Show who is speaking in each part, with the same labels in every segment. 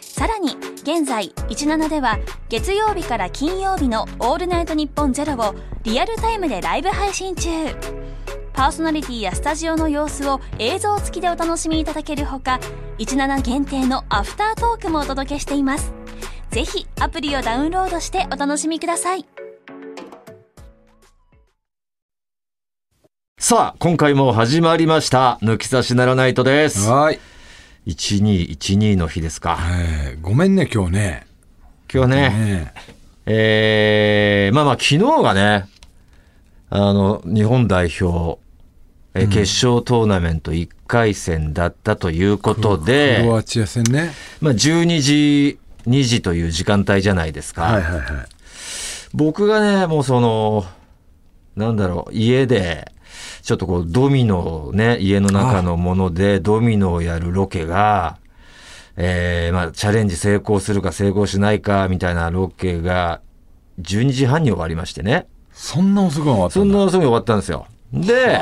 Speaker 1: さらに現在17では月曜日から金曜日の「オールナイトニッポンゼロをリアルタイムでライブ配信中パーソナリティやスタジオの様子を映像付きでお楽しみいただけるほか17限定のアフタートークもお届けしていますぜひアプリをダウンロードしてお楽しみください
Speaker 2: さあ、今回も始まりました。抜き差しならないとです。
Speaker 3: はい。
Speaker 2: 1212の日ですか。
Speaker 3: えーごめんね、今日ね。
Speaker 2: 今日ね、
Speaker 3: ね
Speaker 2: えー、まあまあ昨日がね、あの、日本代表、えー決勝トーナメント1回戦だったということで、
Speaker 3: クロアチア戦ね。
Speaker 2: まあ12時、2時という時間帯じゃないですか。
Speaker 3: はいはい。
Speaker 2: 僕がね、もうその、なんだろう、家で、ちょっとこう、ドミノをね、家の中のもので、ドミノをやるロケが、えー、まあ、チャレンジ成功するか成功しないか、みたいなロケが、12時半に終わりましてね。
Speaker 3: そんな遅くは終わった
Speaker 2: そん
Speaker 3: だ。
Speaker 2: なすぐ終わったんですよ。で、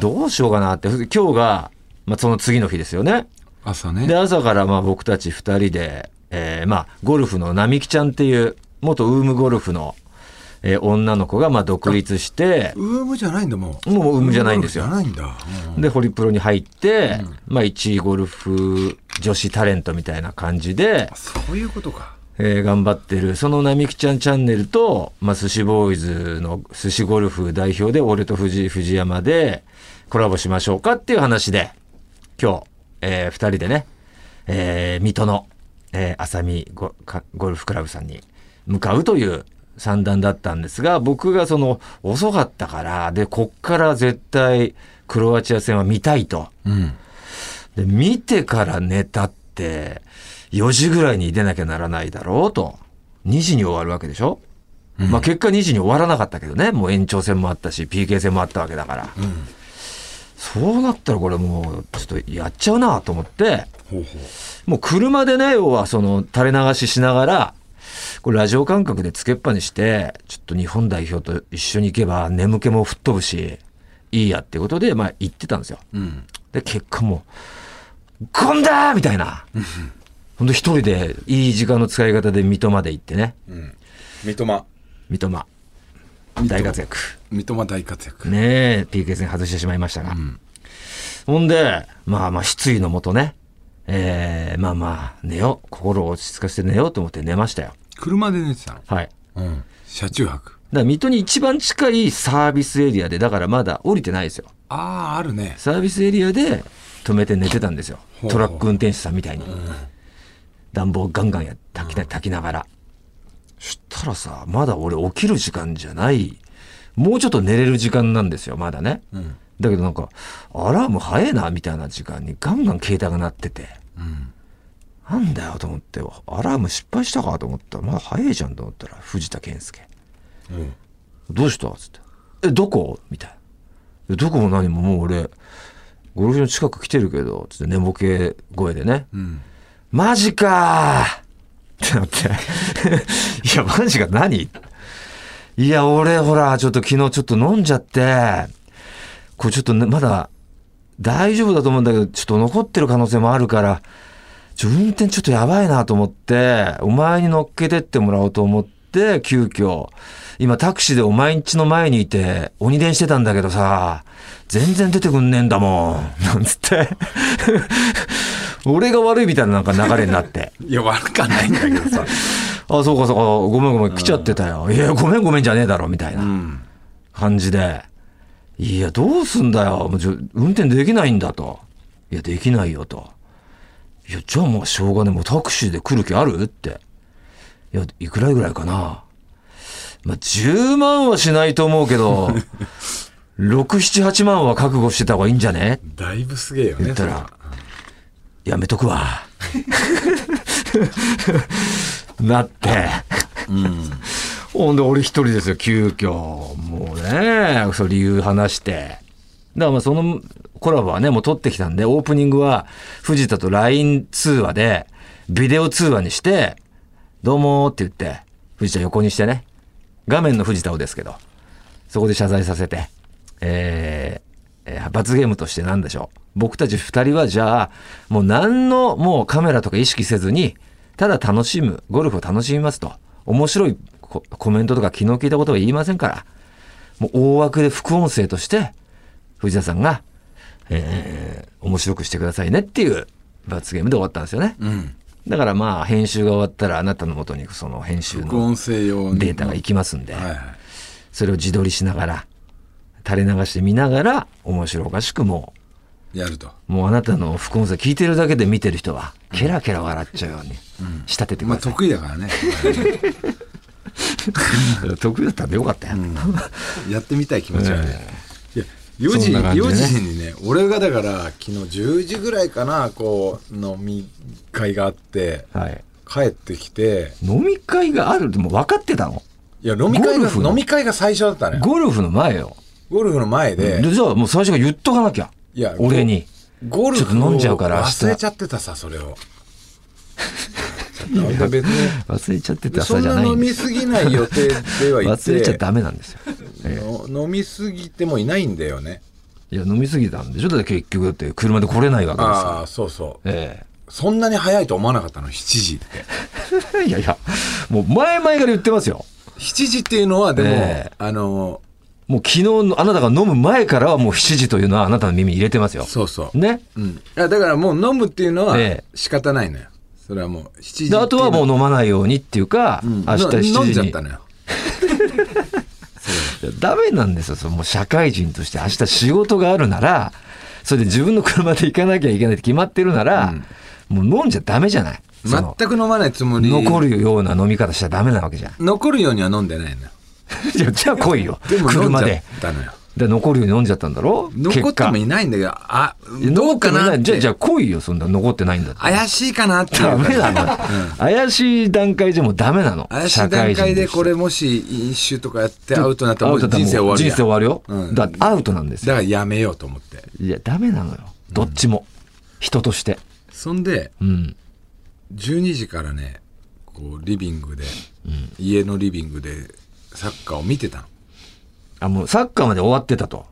Speaker 2: どうしようかなって、今日が、まあ、その次の日ですよね。
Speaker 3: 朝
Speaker 2: で、
Speaker 3: ね。
Speaker 2: 朝からまあ僕たち2人で、えーまあ、ゴルフの並木ちゃんっていう、元ウームゴルフの、えー女の子がまあ独立して、
Speaker 3: ウームじゃないんだ、もう。
Speaker 2: もうウームじゃないんですよ
Speaker 3: ウームじゃないんだ。うん
Speaker 2: で、ホリプロに入って、まあ、1位ゴルフ女子タレントみたいな感じで、
Speaker 3: そういうことか。
Speaker 2: えー頑張ってる、その並木ちゃんチャンネルと、まあ、寿司ボーイズの寿司ゴルフ代表で、俺と藤井藤山でコラボしましょうかっていう話で、今日、えー二人でね、えー水戸の、えー、浅見ゴかゴルフクラブさんに向かうという算段だったんですが、僕がその、遅かったから、で、こっから絶対、クロアチア戦は見たいと。
Speaker 3: うん。
Speaker 2: で、見てから寝たって、4時ぐらいに出なきゃならないだろうと。2時に終わるわけでしょ、まあ結果2時に終わらなかったけどね。もう延長戦もあったし、PK 戦もあったわけだから。そうなったらこれもう、ちょっとやっちゃうなと思って、
Speaker 3: ほうほ
Speaker 2: もう車でね、要はその垂れ流ししながら、これラジオ感覚でつけっぱにして、ちょっと日本代表と一緒に行けば眠気も吹っ飛ぶし、いいやってことで、まあ行ってたんですよ。
Speaker 3: う。うん。
Speaker 2: で、結果もう、ゴンだーみたいな。ほんと一人でいい時間の使い方で水戸まで行ってね。
Speaker 3: うん。三笘。
Speaker 2: 水戸間。大活躍。
Speaker 3: 三笘大活躍。
Speaker 2: ねえ、PK 戦外してしまいましたが。ほんで、まあまあ、失意のもとね。えー、まあまあ、寝よう。心を落ち着かせて寝ようと思って寝ましたよ。
Speaker 3: 車で寝てたの。
Speaker 2: はい。
Speaker 3: うん。車中
Speaker 2: だ
Speaker 3: 泊。
Speaker 2: から水戸に一番近いサービスエリアで、だからまだ降りてないですよ。
Speaker 3: ああ、あるね。
Speaker 2: サービスエリアで止めて寝てたんですよ
Speaker 3: ほう
Speaker 2: トラック運転手さんみたいに、暖房ガンガンや炊きな炊きながら、そしたらさまだ俺起きる時間じゃないもうちょっと寝れる時間なんですよまだね、
Speaker 3: ん
Speaker 2: だけどなんかアラーム早えなみたいな時間にガンガン携帯が鳴ってて、なんだよと思ってアラーム失敗したかと思ったらまだ早えじゃんと思ったら藤田健介
Speaker 3: うん。
Speaker 2: どうしたつって。え、どこみたいな。えどこも何ももう俺、ゴルフ場の近く来てるけど、つって寝ぼけ声でね。
Speaker 3: うん。
Speaker 2: マジかーってなって。 いや、マジか何いや、俺ほら、ちょっと昨日ちょっと飲んじゃって、これちょっとね、まだ大丈夫だと思うんだけど、ちょっと残ってる可能性もあるから、ちょ、運転ちょっとやばいなと思って、お前に乗っけてってもらおうと思って、急遽、今タクシーでお前ん家の前にいて、鬼電してたんだけどさ、全然出てくんねえんだもん、 なんつって。俺が悪いみたいななんか流れになって。
Speaker 3: いや、悪かないんだけどさ。
Speaker 2: あ、そうかそうか、ごめんごめん、来ちゃってたよ。いや、ごめんごめんじゃねえだろ、みたいな。
Speaker 3: うん。
Speaker 2: 感じで、いや、どうすんだよ。もうちょ運転できないんだと。いや、できないよと。いや、じゃあもうしょうがねえ。もうタクシーで来る気あるって。いや、いくらぐらいかな。まあ、10万はしないと思うけど、6、7、8万は覚悟してた方がいいんじゃね
Speaker 3: だいぶすげえよね。
Speaker 2: 言ったら、やめとくわ。 なって、ほんで、俺一人ですよ、急遽。もうね、そう理由話して。だからまあそのコラボはね、もう撮ってきたんで、オープニングは藤田と LINE 通話で、ビデオ通話にして、どうもーって言って、藤田横にしてね、画面の藤田をですけど、そこで謝罪させて、えーえー罰ゲームとして何でしょう。僕たち二人はじゃあ、もう何のもうカメラとか意識せずに、ただ楽しむ、ゴルフを楽しみますと。面白いココメントとか昨日聞いたことは言いませんから、もう大枠で副音声として、藤田さんが、えー面白くしてくださいねっていう罰ゲームで終わったんですよね。
Speaker 3: うん。
Speaker 2: だからまあ、編集が終わったらあなたのもとにその編集
Speaker 3: 録
Speaker 2: の
Speaker 3: 音声用に
Speaker 2: データがいきますんで。
Speaker 3: はいはい。
Speaker 2: それを自撮りしながら、垂れ流して見ながら、面白おかしくも
Speaker 3: やると。
Speaker 2: う、もうあなたの副音声聞いてるだけで見てる人は、ケラケラ笑っちゃうように仕立ててく
Speaker 3: まあ
Speaker 2: ださい。
Speaker 3: 得意だからね。
Speaker 2: 得意だったんでよかったよ。
Speaker 3: やってみたい気持ちはね。いや4
Speaker 2: そん
Speaker 3: 時
Speaker 2: な感じで
Speaker 3: 4
Speaker 2: ね
Speaker 3: 時にね、俺がだから昨日10時ぐらいかな、こう、飲み会があって、
Speaker 2: はい。
Speaker 3: 帰ってきて、
Speaker 2: 飲み会があるってもう分かってたの
Speaker 3: いや、飲み会
Speaker 2: ゴル
Speaker 3: が、
Speaker 2: フの
Speaker 3: 飲み会が最初だったね。
Speaker 2: ゴルフの前よ。
Speaker 3: ゴルフの前で
Speaker 2: で、じゃあもう最初から言っとかなきゃ。
Speaker 3: いや
Speaker 2: 俺に。
Speaker 3: ゴル
Speaker 2: ちょっと
Speaker 3: フ
Speaker 2: 飲ん
Speaker 3: を
Speaker 2: じゃうから明日
Speaker 3: 忘れちゃってたさ、そ れを。なんか別に、
Speaker 2: 忘れちゃってた
Speaker 3: そ
Speaker 2: さ
Speaker 3: ん
Speaker 2: じゃ
Speaker 3: な
Speaker 2: ない
Speaker 3: 飲
Speaker 2: んで
Speaker 3: み
Speaker 2: す。
Speaker 3: すぎない予定では言って
Speaker 2: 忘れちゃダメなんですよ。
Speaker 3: の飲みすぎてもいないんだよね。
Speaker 2: いや、飲みすぎたんでしょだって結局だって車で来れないわけですよ。
Speaker 3: ああ、そうそう。
Speaker 2: ええ。
Speaker 3: そんなに早いと思わなかったの、7時って。
Speaker 2: いやいや、もう前々から言ってますよ。
Speaker 3: 7時っていうのは、でも、
Speaker 2: ええ
Speaker 3: あの、
Speaker 2: もう昨日のあなたが飲む前からはもう7時というのはあなたの耳に入れてますよ。
Speaker 3: そうそう。
Speaker 2: ね。
Speaker 3: うん。いや、だからもう飲むっていうのは
Speaker 2: ええ
Speaker 3: 仕方ないのよ。それはもう7時ってい
Speaker 2: で、
Speaker 3: の。
Speaker 2: あとはもう飲まないようにっていうか、
Speaker 3: うん、
Speaker 2: 明日7時に。
Speaker 3: 飲んじゃったのよ。
Speaker 2: ダメなんですよ。それもう社会人として明日仕事があるなら、それで自分の車で行かなきゃいけないって決まってるなら、もう飲んじゃダメじゃない。その
Speaker 3: 全く飲まないつもり。
Speaker 2: 残るような飲み方しちゃダメなわけじゃん。
Speaker 3: 残るようには飲んでないのよ。
Speaker 2: いや、じゃあ来いよ。
Speaker 3: でも飲ん
Speaker 2: 車
Speaker 3: じゃっ
Speaker 2: で。
Speaker 3: たのよ。
Speaker 2: で残るように飲んじゃったんだろ
Speaker 3: 残っても
Speaker 2: 結
Speaker 3: いないんだけど、あ、
Speaker 2: 果
Speaker 3: どう
Speaker 2: 残って
Speaker 3: か
Speaker 2: もい
Speaker 3: なっ
Speaker 2: い
Speaker 3: て。
Speaker 2: じゃあ、じゃあ来いよ。そんな残ってないんだったら
Speaker 3: 怪しいかなっていう。
Speaker 2: ダメなの、怪しい段階でもダメなの。
Speaker 3: 怪しい段階でこれもし飲酒とかやってアウトになったらもう人生終わる
Speaker 2: 人
Speaker 3: やん
Speaker 2: 生終わるよ。
Speaker 3: うん
Speaker 2: だってアウトなんです
Speaker 3: だ
Speaker 2: よ。
Speaker 3: からやめようと思って。
Speaker 2: いや、ダメなのよ。どっちも。人として。
Speaker 3: そんで、
Speaker 2: うん。
Speaker 3: 12時からね、こう、リビングで、家のリビングでサッカーを見てた
Speaker 2: あ、もうサッカーまで終わってたと。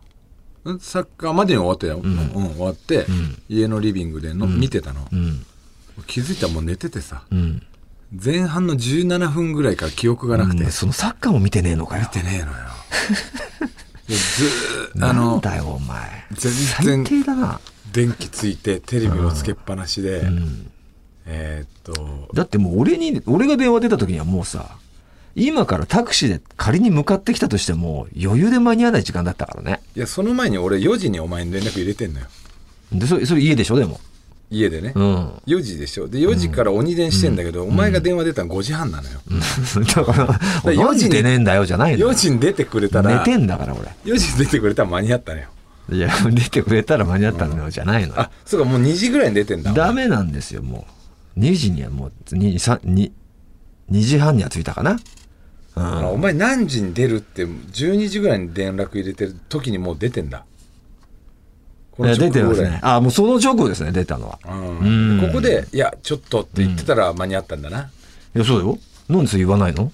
Speaker 3: の。んサッカーまでに終わってたよ。うん、終わって、家のリビングでの、見てたの。
Speaker 2: うん。
Speaker 3: 気づいたらもう寝ててさ、
Speaker 2: うん。
Speaker 3: 前半の17分ぐらいから記憶がなくて、
Speaker 2: うんそのサッカーも見てねえのかよ
Speaker 3: 見。てねえのよ。でずー あ
Speaker 2: なん
Speaker 3: の、
Speaker 2: だよ、お前。
Speaker 3: 全然
Speaker 2: 最低だな。
Speaker 3: 電気ついてテレビもつけっぱなしで、えーっと、
Speaker 2: だってもう俺に、俺が電話出た時にはもうさ、今からタクシーで仮に向かってきたとしても余裕で間に合わない時間だったからね。
Speaker 3: いや、その前に俺4時にお前に連絡入れてんのよ。
Speaker 2: で、それ、それ家でしょ、でも。
Speaker 3: 家でね。
Speaker 2: うん。
Speaker 3: 4時でしょ。で、4時から鬼電してんだけど、お前が電話出たの5時半なのよ。
Speaker 2: だから、
Speaker 3: 4
Speaker 2: 4
Speaker 3: 時
Speaker 2: 時
Speaker 3: に
Speaker 2: でねえんだよじゃないの。
Speaker 3: 4時に出てくれたら、
Speaker 2: 寝てんだから、俺。
Speaker 3: 4時に出てくれたら間に合ったのよ。
Speaker 2: いや、出てくれたら間に合ったのよじゃないの。
Speaker 3: あ、そうか、もう2時ぐらいに出てんだ。
Speaker 2: ダメなんですよ、もう。2時にはもう、2、3、2、2時半には着いたかな。
Speaker 3: あ
Speaker 2: う
Speaker 3: お
Speaker 2: ん。
Speaker 3: 前何時に出るって、12時ぐらいに連絡入れてる時にもう出てんだ。こ
Speaker 2: いや
Speaker 3: 直
Speaker 2: 出
Speaker 3: 後ぐ
Speaker 2: て
Speaker 3: らい
Speaker 2: ますね。あ、もうその直後ですね、出たのは。
Speaker 3: うん
Speaker 2: うん
Speaker 3: ここで、いや、ちょっとって言ってたら間に合ったんだな。
Speaker 2: いや、そうだよ。なんでそれ言わないの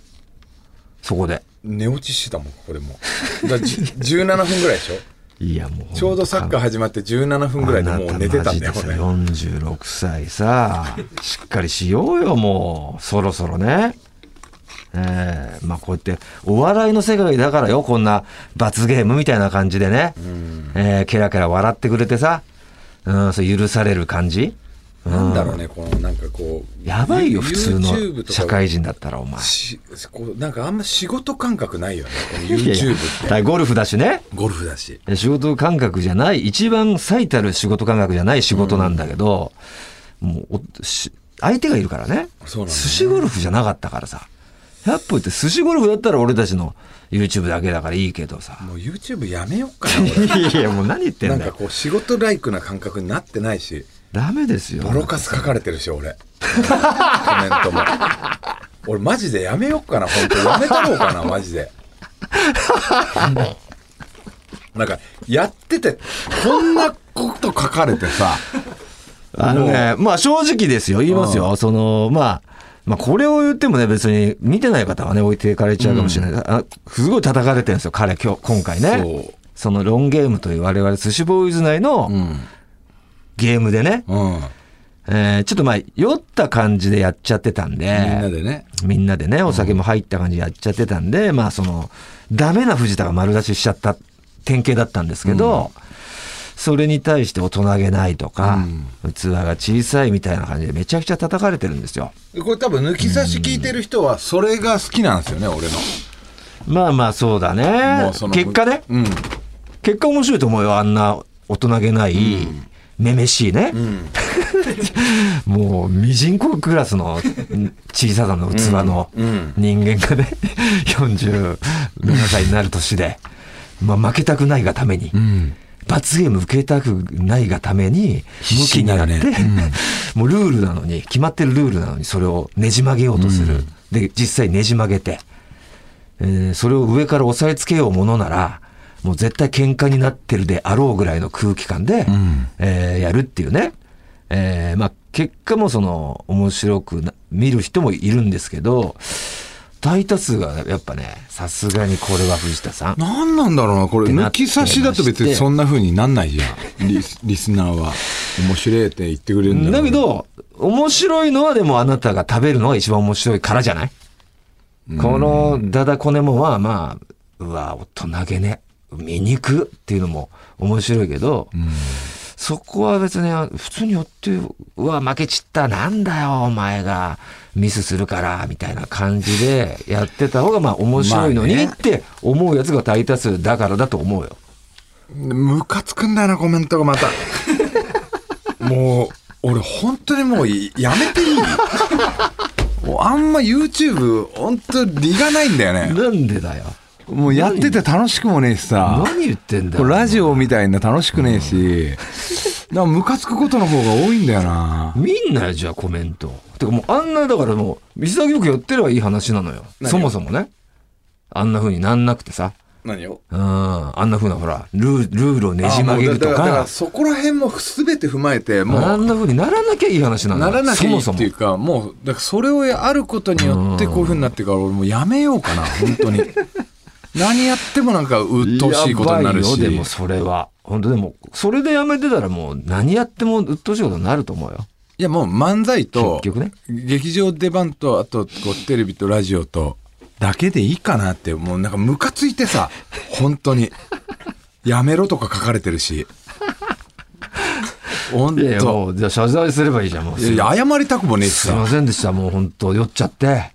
Speaker 2: そこで。
Speaker 3: 寝落ちしてたもん、これも。だからじゅ 17分ぐらいでしょ。
Speaker 2: いや、もう。
Speaker 3: ちょうどサッカー始まって17分ぐらいでもう寝てたんだよ、これ。
Speaker 2: あなたマジでさ46歳 さ、しっかりしようよ、もう。そろそろね。ええまあこうやって、お笑いの世界だからよ、こんな罰ゲームみたいな感じでね。ええケラケラ笑ってくれてさ、うん、そう許される感じ。
Speaker 3: なんだろうね、このなんかこう。
Speaker 2: やばいよ、
Speaker 3: ユ
Speaker 2: 普通
Speaker 3: YouTube と
Speaker 2: の
Speaker 3: か
Speaker 2: 社会人だったら、お前。
Speaker 3: しこうなんかあんま仕事感覚ないよね、この
Speaker 2: いやいや
Speaker 3: YouTube っ
Speaker 2: だ
Speaker 3: て。
Speaker 2: からゴルフだしね。
Speaker 3: ゴルフだし。
Speaker 2: 仕事感覚じゃない、一番最たる仕事感覚じゃない仕事なんだけど、もうおし相手がいるからね。
Speaker 3: そうなんだよね
Speaker 2: 寿司ゴルフじゃなかったからさ。100分って寿司ゴルフだったら俺たちの YouTube だけだからいいけどさ。
Speaker 3: もう YouTube やめようかな、俺。
Speaker 2: いやいや、もう何言 って
Speaker 3: なんん
Speaker 2: だ
Speaker 3: か
Speaker 2: よ。
Speaker 3: こう仕事ライクな感覚になってないし、
Speaker 2: ダメですよ。
Speaker 3: ボロカス書かれてるし、俺。コメントも。俺マジでやめよっかな本当やめたろうかなマジでなんかやっててこんなこと書かれてさ
Speaker 2: あのね、まあ正直ですよ、言いますよ。その、まあ、まあこれを言ってもね、別に見てない方はね、置いていかれちゃうかもしれない。あすごい叩かれてるんですよ、彼、今日、今回ね
Speaker 3: そう。
Speaker 2: そのロンゲームという我々、寿司ボーイズ内の
Speaker 3: うん
Speaker 2: ゲームでね、
Speaker 3: うん
Speaker 2: えーちょっとまあ、酔った感じでやっちゃってたんで、
Speaker 3: みんなでね
Speaker 2: みんなでね、お酒も入った感じでやっちゃってたんで、まあその、ダメな藤田が丸出ししちゃった典型だったんですけど、それに対して大人げないとか、器が小さいみたいな感じでめちゃくちゃ叩かれてるんですよ。
Speaker 3: これ多分抜き差し聞いてる人はそれが好きなんですよね俺
Speaker 2: まあまあそうだ
Speaker 3: のも
Speaker 2: ね
Speaker 3: うそ。の
Speaker 2: 結果ね、
Speaker 3: うん
Speaker 2: 結果面白いと思うよ、あんな大人げない、めめしいね、
Speaker 3: ん
Speaker 2: もう、ミジンコクラスの小ささの器の
Speaker 3: うん
Speaker 2: 人間がね、47歳になる年で、まあ、負けたくないがために、
Speaker 3: うん
Speaker 2: 罰ゲーム受けたくないがために、
Speaker 3: 必
Speaker 2: 向き
Speaker 3: 死
Speaker 2: に
Speaker 3: に
Speaker 2: な
Speaker 3: な
Speaker 2: っ
Speaker 3: る
Speaker 2: て、
Speaker 3: ね
Speaker 2: もうルールなのに、決まってるルールなのに、それをねじ曲げようとする。で、実際ねじ曲げて、えーそれを上から押さえつけようものなら、もう絶対喧嘩になってるであろうぐらいの空気感で、
Speaker 3: ん
Speaker 2: えーやるっていうね。えーまあ、結果もその、面白くな見る人もいるんですけど、大多数がやっぱね、さすがにこれは藤田さん。
Speaker 3: 何なんだろうなこれ
Speaker 2: ってなっ
Speaker 3: 抜
Speaker 2: て
Speaker 3: き差しだと別にそんな風になんないじゃんリス リスナーは面白いって言ってくれるんだ
Speaker 2: だけ
Speaker 3: けど
Speaker 2: ど、面白いのはでもあなたが食べるのが一番面白いからじゃないこのダダコネもまあまあ、うわ、大人げね。醜っていうのも面白いけど、そこは別に普通にやって、うわ、負けちった、なんだよ、お前がミスするから、みたいな感じでやってた方がまあ面白いの
Speaker 3: ま
Speaker 2: に
Speaker 3: あね
Speaker 2: って思うやつが大多数だからだと思うよ。
Speaker 3: ムカつくんだよなコメントがまたもう俺本当にもういやめ ていいもうあんま YouTube 本当利がないんだよね
Speaker 2: なんでだよ。
Speaker 3: もうやってて楽しくもねえしさ
Speaker 2: 何言ってんだ
Speaker 3: こ
Speaker 2: よ。
Speaker 3: れラジオみたいな楽しくねえし、だからムカつくことの方が多いんだよな
Speaker 2: 見んなよ、じゃあコメント。てかもうあんな、だからもう、水沢よくやってればいい話なのよ。
Speaker 3: 何
Speaker 2: そもそもね。あんな風になんなくてさ。
Speaker 3: 何を
Speaker 2: うん。あんな風なほら、ルールールをねじ曲げると
Speaker 3: あもうだだだから
Speaker 2: か。
Speaker 3: そこら辺も全て踏まえてもう
Speaker 2: あんな風にならなきゃいい話なの
Speaker 3: な
Speaker 2: よ。
Speaker 3: らなきゃいい
Speaker 2: そもそ
Speaker 3: ってい
Speaker 2: も
Speaker 3: う。かもうだからそれをあることによってこういうふうになってから俺もうやめようかな本 当に何やってもなんか鬱陶しいことになるし
Speaker 2: やばいよでもそれは。本当でも、それでやめてたらもう何やっても鬱陶しいことになると思うよ。
Speaker 3: いやもう漫才と
Speaker 2: 結局ね
Speaker 3: 劇場出番とあとこうテレビとラジオとだけでいいかなってもうなんかムカついてさ本当にやめろとか書かれてるし本
Speaker 2: いやいや、
Speaker 3: 当
Speaker 2: もう、じゃあ謝罪すればいいじゃん、もう。
Speaker 3: いやいや謝りたくもねえし
Speaker 2: すい
Speaker 3: さ
Speaker 2: ませんでした、もう本当酔っちゃって。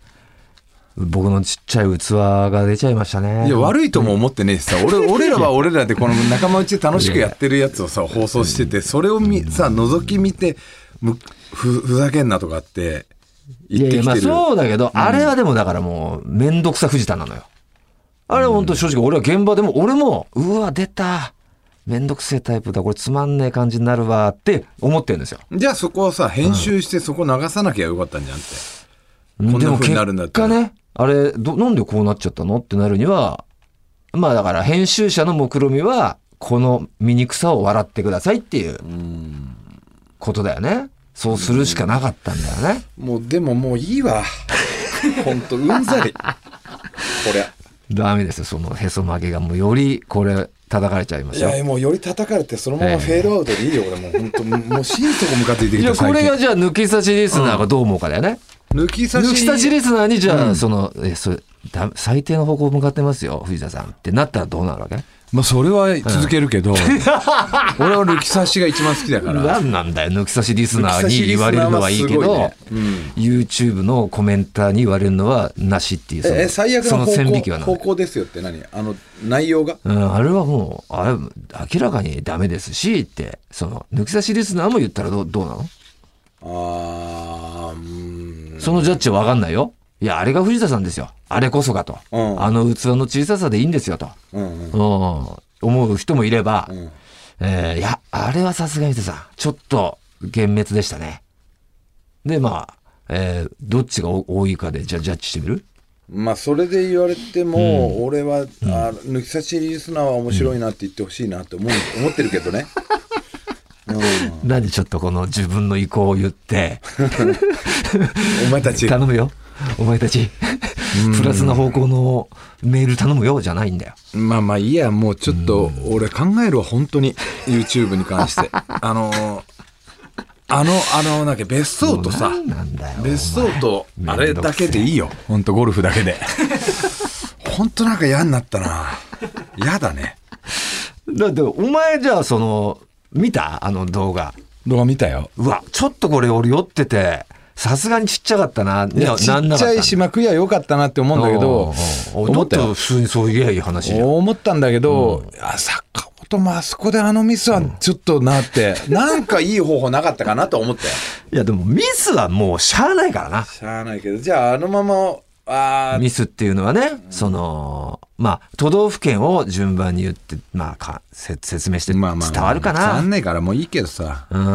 Speaker 2: 僕のちっちゃい器が出ちゃいましたね。
Speaker 3: いや、悪いとも思ってねえしさ、 俺、俺らは俺らでこの仲間内で楽しくやってるやつをさ、放送してて、それをみ、さ、覗き見て、むふ、ふざけんなとかって
Speaker 2: いや
Speaker 3: 言っ
Speaker 2: い
Speaker 3: て
Speaker 2: や、
Speaker 3: き
Speaker 2: まあ
Speaker 3: てる。
Speaker 2: そうだけど、あれはでもだからもう、めんどくさ藤田なのよ。あれは本当正直、俺は現場でも、俺も、うわ、出た。めんどくせえタイプだ。これつまんねえ感じになるわって思ってるんですよ。
Speaker 3: じゃあそこをさ、編集してそこ流さなきゃよかったんじゃんって。ん
Speaker 2: でも
Speaker 3: こんな風になるんだ
Speaker 2: 結
Speaker 3: った
Speaker 2: 果
Speaker 3: ら
Speaker 2: ね、あれど、なんでこうなっちゃったのってなるには、まあだから編集者の目論みは、この醜さを笑ってくださいっていうことだよね。そうするしかなかったんだよね。
Speaker 3: もう、でももういいわ。ほんと、うんざり。これ。
Speaker 2: ダメですよ、そのへそ曲げが。もうよりこれ叩かれちゃいましたよ。
Speaker 3: もうより叩かれて、そのま
Speaker 2: まフェー
Speaker 3: ドアウトでいいよ、俺もう。ほんと、もう、心底ムカついて
Speaker 2: いや、これがじゃあ抜き差しリスナーがどう思うかだよね。
Speaker 3: 抜き差し。
Speaker 2: 抜き差しリスナーに、じゃあ、その、え、それ、だ最低の方向向かってますよ、藤田さんってなったらどうなるわけ
Speaker 3: まあ、それは続けるけど、俺は抜き差しが一番好きだから。
Speaker 2: なんなんだよ、抜き差しリスナー
Speaker 3: 抜き差
Speaker 2: に
Speaker 3: しリ
Speaker 2: 言
Speaker 3: スナ
Speaker 2: わ
Speaker 3: ーは
Speaker 2: れるのはいいけ
Speaker 3: すごい
Speaker 2: ど
Speaker 3: ねうん
Speaker 2: YouTube のコメンターに言われるのはなしっていう、その
Speaker 3: ええ最悪
Speaker 2: その
Speaker 3: の方
Speaker 2: 線引きはなん
Speaker 3: 向
Speaker 2: だ
Speaker 3: 方
Speaker 2: よ
Speaker 3: 向ですよって何あの内容が
Speaker 2: うん、あれはもう、あれ、明らかにダメですし、って、その、抜き差しリスナーも言ったらどうどうなの
Speaker 3: あーうーん
Speaker 2: そのジャッジはわかんないよ。いや、あれが藤田さんですよ。あれこそがと。
Speaker 3: うん
Speaker 2: あの器の小ささでいいんですよと。
Speaker 3: うんうん
Speaker 2: うん、思う人もいれば、
Speaker 3: ん
Speaker 2: えーいや、あれはさすがにさ、ちょっと幻滅でしたね。で、まあ、えーどっちがお多いかで、じゃあジャッジしてみる
Speaker 3: まあそれで言われても、俺は、あ抜き差しリスナーは面白いなって言ってほしいなって思う、思ってるけどね。うん
Speaker 2: 何ちょっとこの自分の意向を言って、
Speaker 3: お前たち、
Speaker 2: 頼むよ。お前たち、プラスな方向のメール頼むよ、じゃないんだよ。
Speaker 3: まあまあいいや、もうちょっと、俺考えるわ、本当に。YouTube に関 して。あのー、あの、あの、なんか別荘とさ、
Speaker 2: 何なんだよ。
Speaker 3: 別荘と
Speaker 2: お前
Speaker 3: あれだけでいいよ本当ゴルフだけ で本当なんか嫌になったな嫌だね
Speaker 2: だって、お前じゃあその、見たあの動画。
Speaker 3: 動画見たよ
Speaker 2: うわ、ちょっとこれ俺酔ってて、さすがにちっちゃかったな。い
Speaker 3: いやち
Speaker 2: なん
Speaker 3: っ
Speaker 2: な
Speaker 3: ち
Speaker 2: か
Speaker 3: ゃ
Speaker 2: た
Speaker 3: いしまくりは良かったなって思うんだけど
Speaker 2: おうおうおう
Speaker 3: 思
Speaker 2: も
Speaker 3: っ
Speaker 2: ったと
Speaker 3: よ
Speaker 2: 普通にそう言えばいい話じゃん。
Speaker 3: 思ったんだけど、あ坂本もあそこであのミスはちょっとなって、 なんかいい方法なかったかなと思ったよ
Speaker 2: いや、でもミスはもうしゃあないからな。
Speaker 3: しゃあないけどじゃああのままあー
Speaker 2: ミスっていうのはね、その、まあ、都道府県を順番に言って、まあか、せ説明して伝
Speaker 3: まあまあ
Speaker 2: わるかな。
Speaker 3: 伝わんないからもういいけどさ
Speaker 2: うーん。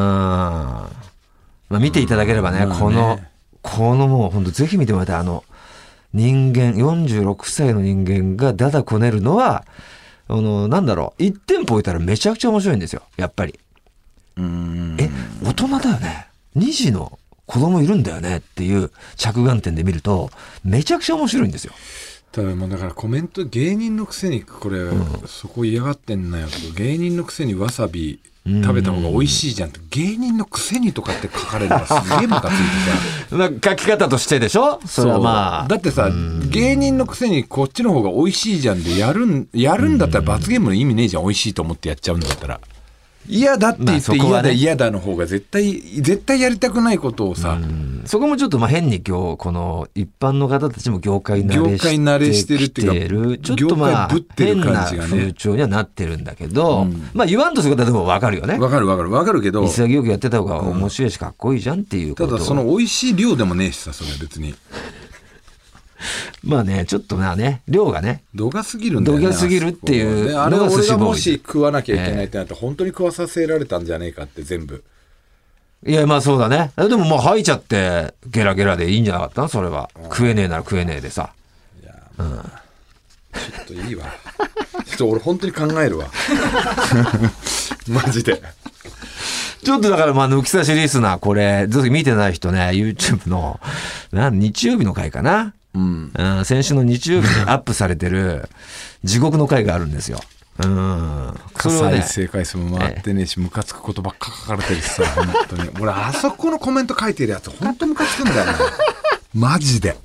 Speaker 2: まあ、見ていただければね、
Speaker 3: うんまあね
Speaker 2: この、このもう本当ぜひ見てもらいたい。あの、人間、46歳の人間がダダこねるのは、あの、なんだろう、1店舗置いたらめちゃくちゃ面白いんですよ、やっぱり。
Speaker 3: うーん
Speaker 2: え、大人だよね。2児の子供いるんだよねっていう着眼点で見ると、めちゃくちゃ面白いんですよ。
Speaker 3: ただもうだからコメント芸人のくせにこれ、そこ嫌がってんなよと芸人のくせにわさび食べた方が美味しいじゃんって芸人のくせにとかって書かれるからすげえムカついてさ
Speaker 2: まあ、書き方としてでしょそれはま
Speaker 3: そ
Speaker 2: あ。
Speaker 3: うだってさ芸人のくせにこっちの方が美味しいじゃんでやるんやるんだったら罰ゲームの意味ねえじゃん美味しいと思ってやっちゃうんだったら嫌だって言って
Speaker 2: まあそこ
Speaker 3: 嫌
Speaker 2: は
Speaker 3: だ
Speaker 2: ね
Speaker 3: 嫌だの方が絶対絶対やりたくないことをさ
Speaker 2: そこもちょっとまあ変に今日この一般の方たちも業界慣れ
Speaker 3: 業界慣れしてるっていうか
Speaker 2: きちょっとまあ
Speaker 3: 業界ぶってる
Speaker 2: 変
Speaker 3: 感
Speaker 2: な
Speaker 3: じがね
Speaker 2: 風潮にはなってるんだけど、
Speaker 3: うん
Speaker 2: まあ言わんとすることはでもわかるよね
Speaker 3: わかるわかるわかるけど
Speaker 2: 潔くやってた方が面白いしかっこいいじゃんっていうこ
Speaker 3: た
Speaker 2: とを
Speaker 3: だその美味しい量でもねえしさそれ別に。
Speaker 2: まあねちょっとまあね量がね
Speaker 3: 度が過ぎるんだよね
Speaker 2: 度が過ぎるっていう
Speaker 3: あそこであれ
Speaker 2: のが
Speaker 3: 俺
Speaker 2: 寿司
Speaker 3: が
Speaker 2: ボーイ
Speaker 3: もし食わなきゃいけないってなって本当に食わさせられたんじゃねえかって全部
Speaker 2: いやまあそうだねでももう吐いちゃってゲラゲラでいいんじゃなかったのそれは、食えねえなら食えねえでさ
Speaker 3: いやー、ちょっといいわちょっと俺本当に考えるわ マジで
Speaker 2: ちょっとだからまあ抜き差しリスナーこれぜひ見てない人ね YouTube のなん日曜日の回かな
Speaker 3: うん
Speaker 2: うん、先週の日曜日 にアップされてる地獄の回があるんですよ。うん。それを
Speaker 3: 再
Speaker 2: ね、
Speaker 3: 生回数も回ってねえしムカつくことばっか書かれてるし さ本当に俺あそこのコメント書いてるやつ本当ムカつくんだよなマジで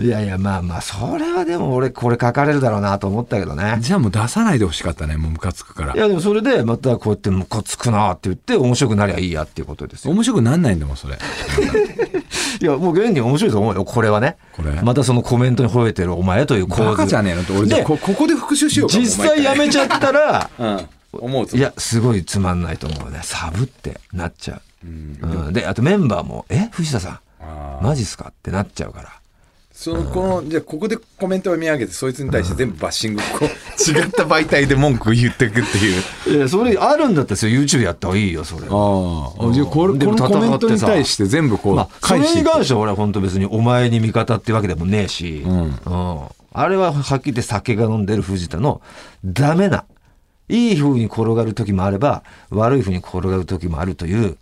Speaker 2: いやいや、まあまあ、それはでも俺これ書かれるだろうなと思ったけどね。
Speaker 3: じゃあもう出さないでほしかったねもうムカつくから
Speaker 2: いやでもそれでまたこうやってムカつくなって言って面白くなりゃいいやっていうことですよ。
Speaker 3: 面白くなんないんだもんそれ
Speaker 2: いやもう現に面白いと思うよ、これはね。
Speaker 3: これ
Speaker 2: またそのコメントに吠えてるお前という構図。
Speaker 3: バカじゃねえのって俺じゃあ
Speaker 2: で
Speaker 3: こここで復習しようか
Speaker 2: 実際やめちゃったら、
Speaker 3: うん、思うぞ
Speaker 2: いや、すごいつまんないと思うね。サブってなっちゃう。うん、で、あとメンバーも、え藤田さ
Speaker 3: あ
Speaker 2: ん、マジっすかってなっちゃうから。
Speaker 3: そのこのじゃあここでコメントを見上げてそいつに対して全部バッシングこう違った媒体で文句言ってくっていう
Speaker 2: いや、それあるんだったらそれ YouTube やった方がいいよ、それ。
Speaker 3: ああじゃあこれ
Speaker 2: で
Speaker 3: こ
Speaker 2: も戦
Speaker 3: の
Speaker 2: って
Speaker 3: コ
Speaker 2: さ
Speaker 3: メントに対して全部こ
Speaker 2: まあ
Speaker 3: う、
Speaker 2: それ
Speaker 3: 返してい
Speaker 2: に
Speaker 3: く
Speaker 2: 関しては俺は本当別にお前に味方ってわけでもねえし、
Speaker 3: ん
Speaker 2: うんあれははっきり言って酒が飲んでる藤田のダメな、いい風に転がる時もあれば、悪い風に転がる時もあるという、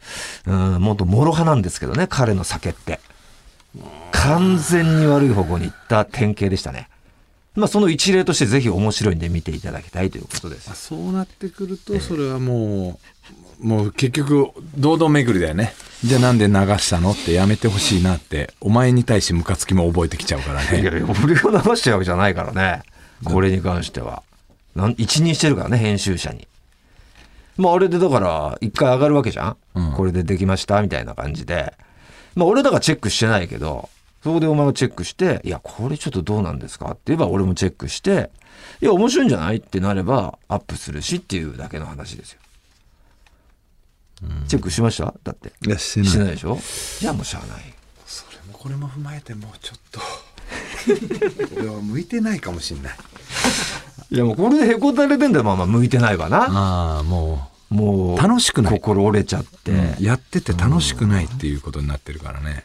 Speaker 2: うん、もっと諸刃なんですけどね、彼の酒って。完全に悪い方向に行った典型でしたね。まあその一例としてぜひ面白いんで見ていただきたいということです。
Speaker 3: そうなってくるとそれはもうもう結局堂々巡りだよねじゃあなんで流したのってやめてほしいなってお前に対してムカつきも覚えてきちゃうから
Speaker 2: い
Speaker 3: ね
Speaker 2: やいや、俺を流してるわけじゃないからね。これに関しては。なん一任してるからね、編集者に。まあ、あれでだから、一回上がるわけじゃん、
Speaker 3: うん
Speaker 2: これでできましたみたいな感じで。まあ、俺だからチェックしてないけど、そこでお前がチェックして、いや、これちょっとどうなんですかって言えば俺もチェックして、いや、面白いんじゃないってなれば、アップするしっていうだけの話ですよ。チェックしましただって。
Speaker 3: いやして
Speaker 2: してないでしょじゃあもうしゃあない。
Speaker 3: それもこれも踏まえてもうちょっ と俺は向いてないかもしんない
Speaker 2: いや、もうこれでへこたれてんだよ。まあまあ、向いてないわな。
Speaker 3: ああもう
Speaker 2: もう
Speaker 3: 楽しくない
Speaker 2: 心折れちゃって、
Speaker 3: やってて楽しくないっていうことになってるからね。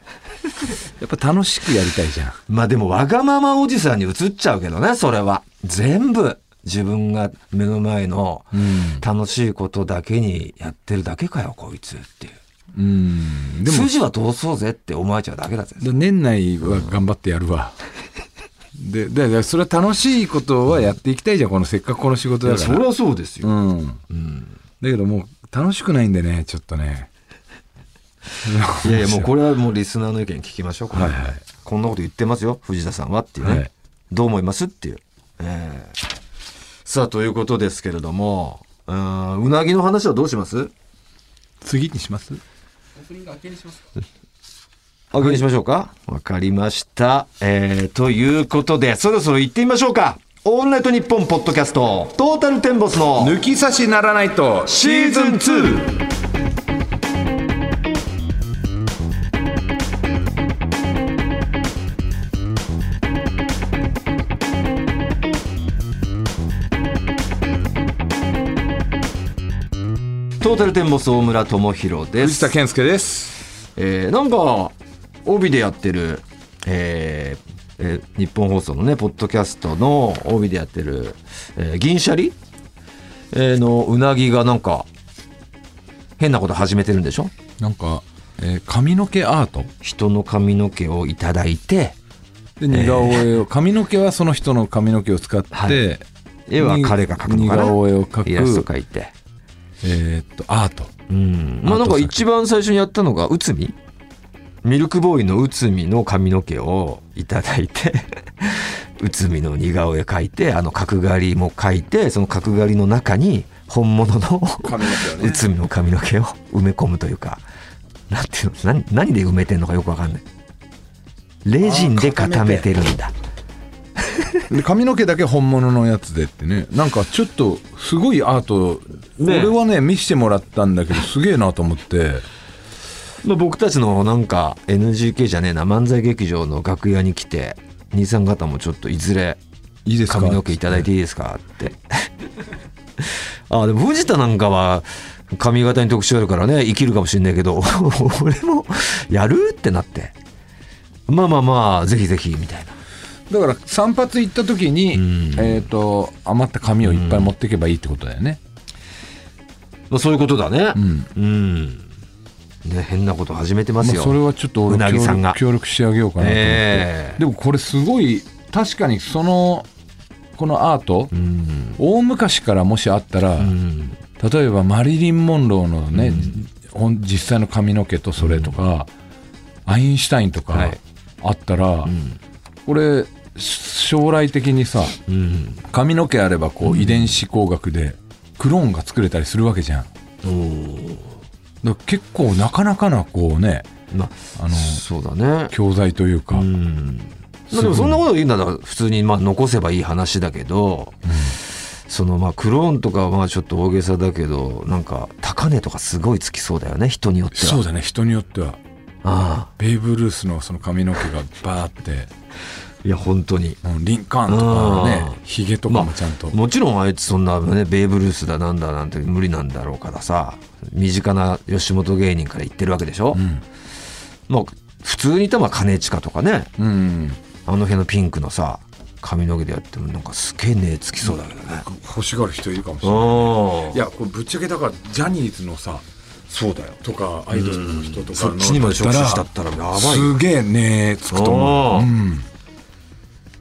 Speaker 3: やっぱ楽しくやりたいじゃん。
Speaker 2: まあでもわがままおじさんに移っちゃうけどねそれは全部自分が目の前の
Speaker 3: うん
Speaker 2: 楽しいことだけにやってるだけかよこいつっていう
Speaker 3: うん。でも、
Speaker 2: 筋は通そうぜって思われちゃうだけだぜ
Speaker 3: だ年内は頑張ってやるわ。で、だからそれは楽しいことはやっていきたいじゃん、このせっかくこの仕事だから。
Speaker 2: はそうです
Speaker 3: うん。だけどもう楽しくないんでね、ちょっとね。
Speaker 2: いやい やもうこれはもうリスナーの意見聞きましょうこれ
Speaker 3: はいはい
Speaker 2: こんなこと言ってますよ藤田さんはっていうね、
Speaker 3: はい
Speaker 2: どう思いますっていう、ええさあということですけれどもうーんうなぎの話はどうします
Speaker 3: 次にします
Speaker 2: 確認しましょうか。わかりました。えー、ということで、そろそろ行ってみましょうか。オールナイトニッポンポッドキャスト、トータルテンボスの
Speaker 3: 抜き差しならないと
Speaker 2: シーズン 2! トータルテンボス大村智弘です。
Speaker 3: 藤田健介です。
Speaker 2: えーなんか帯でやってる、えーえー日本放送のねポッドキャストの帯でやってる、えー銀シャリ、えーのうなぎがなんか変なこと始めてるんでしょ
Speaker 3: なんか、えー髪の毛アート
Speaker 2: 人の髪の毛をいただいて
Speaker 3: で似顔絵を、髪の毛はその人の髪の毛を使って、
Speaker 2: はい絵は彼が描くのかな
Speaker 3: 似顔絵を描く
Speaker 2: イラスト描いて
Speaker 3: えーっとアート
Speaker 2: うんまあなんか一番最初にやったのが内海ミルクボーイの内海の髪の毛をいただいて 内海の似顔絵描いてあの角刈りも描いてその角刈りの中に本物の
Speaker 3: 髪の毛を
Speaker 2: 内海の髪の毛を埋め込むというかなんていうの何何で埋めてんのかよくわかんないレジンで固めてるんだ
Speaker 3: で髪の毛だけ本物のやつでってねなんかちょっとすごいアート、
Speaker 2: ね
Speaker 3: 俺はね見せてもらったんだけどすげえなと思って
Speaker 2: まあ、僕たちのなんか NGK じゃねえな漫才劇場の楽屋に来て兄さん方もちょっといずれ
Speaker 3: いいですか
Speaker 2: 髪の毛いただいていいですかって。 あでも藤田なんかは髪型に特徴あるからね生きるかもしれないけど 俺もやるってなってまあまあまあぜひぜひみたいな
Speaker 3: だから散髪行った時に、えーっと余った髪をいっぱい持っていけばいいってことだよね、
Speaker 2: まあそういうことだね
Speaker 3: ん
Speaker 2: うんね変なこと始めてます
Speaker 3: ま
Speaker 2: よ、
Speaker 3: あそれはちょっと
Speaker 2: う
Speaker 3: 俺
Speaker 2: な
Speaker 3: 協
Speaker 2: ぎさんが
Speaker 3: 力協力してあげようかなと思って、
Speaker 2: ええ
Speaker 3: でもこれすごい確かにそのこのアート、
Speaker 2: うん
Speaker 3: 大昔からもしあったら、
Speaker 2: うん
Speaker 3: 例えばマリリン・モンローのね、ほん実際の髪の毛とそれとか、アインシュタインと
Speaker 2: は
Speaker 3: か
Speaker 2: い
Speaker 3: あったら、これ将来的にさ
Speaker 2: うん
Speaker 3: 髪の毛あればこう遺伝子工学でクローンが作れたりするわけじゃん。だか
Speaker 2: おー
Speaker 3: ら結構なかなかなこうね
Speaker 2: まあ
Speaker 3: あの
Speaker 2: そうだね
Speaker 3: 教材というか、
Speaker 2: うんまあ、でもそんなこと言うんだったら普通にまあ残せばいい話だけど、そのまあクローンとかはまあちょっと大げさだけどなんか高値とかすごいつきそうだよね人によっては
Speaker 3: そうだね人によっては
Speaker 2: ああ
Speaker 3: ベイブ・ルースのその髪の毛がバーって
Speaker 2: いや本当に
Speaker 3: うんリンカーンとかね
Speaker 2: うん
Speaker 3: ヒゲとかもちゃんと、
Speaker 2: もちろんあいつそんなねベーブ・ルースだなんだなんて無理なんだろうからさ身近な吉本芸人から言ってるわけでしょ、
Speaker 3: うん
Speaker 2: まあ普通にいたらまあ兼近とかね
Speaker 3: うん、
Speaker 2: あの辺のピンクのさ髪の毛でやってもなんかすげえ値つきそうだけどね、
Speaker 3: 欲しがる人いるかもし
Speaker 2: う
Speaker 3: れない
Speaker 2: ん
Speaker 3: いやこれぶっちゃけだからジャニーズのさそうだよとかアイドルの人とか
Speaker 2: そっちにまで触手したったらやばいよ
Speaker 3: すげえねつくと思う、
Speaker 2: あー
Speaker 3: うん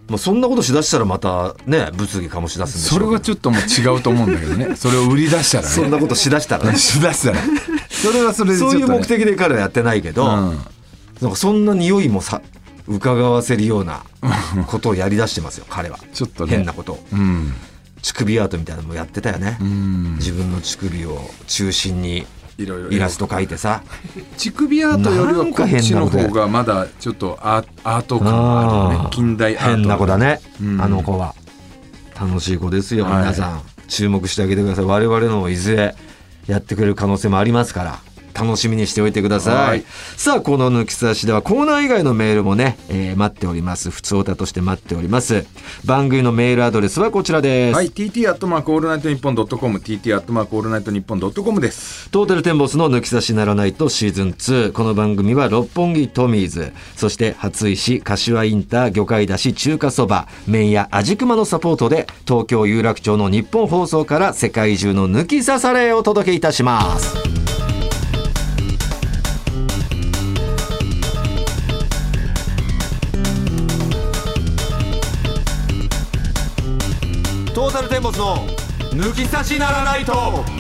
Speaker 2: まあ、そんなことしだしたらまたね物議醸し出すんでしょ
Speaker 3: それはちょっともう違うと思うんだけど ねそれを売り出したら
Speaker 2: そん
Speaker 3: ね
Speaker 2: なことしだしたらね
Speaker 3: しだしたらそれはそれでち
Speaker 2: そ
Speaker 3: ょっ
Speaker 2: う
Speaker 3: と、ね、
Speaker 2: いう目的で彼はやってないけど、
Speaker 3: うん
Speaker 2: なんかそんな匂いもさ伺わせるようなことをやりだしてますよ彼は
Speaker 3: ちょっとね
Speaker 2: 変なことを
Speaker 3: うん
Speaker 2: 乳首アートみたいなのもやってたよね、
Speaker 3: うん
Speaker 2: 自分の乳首を中心に
Speaker 3: いろいろ
Speaker 2: イラスト描いてさ
Speaker 3: 乳首アートよりはこっちの方がまだちょっとアアート感があるよ
Speaker 2: あ
Speaker 3: ね
Speaker 2: ー
Speaker 3: 近代アート
Speaker 2: 変な子だね、
Speaker 3: うん
Speaker 2: あの子は楽しい子ですよ、
Speaker 3: はい
Speaker 2: 皆さん注目してあげてください我々のもいずれやってくれる可能性もありますから楽しみにしておいてください。
Speaker 3: はい
Speaker 2: さあ、この抜き差しではコーナー以外のメールもね、えー待っております。普通歌として待っております。番組のメールアドレスはこちらです。
Speaker 3: はい、TT アットマークオールナイトニッポンドットコム、TT アットマークオールナイトニッポンドットコムです。
Speaker 2: トータルテンボスの抜き差しならないとシーズン2。この番組は六本木トミーズ、そして初石、柏インター、魚介だし、中華そば、麺屋、味熊のサポートで、東京有楽町の日本放送から世界中の抜き差されをお届けいたします。トータルテンボスの抜き差しならないと。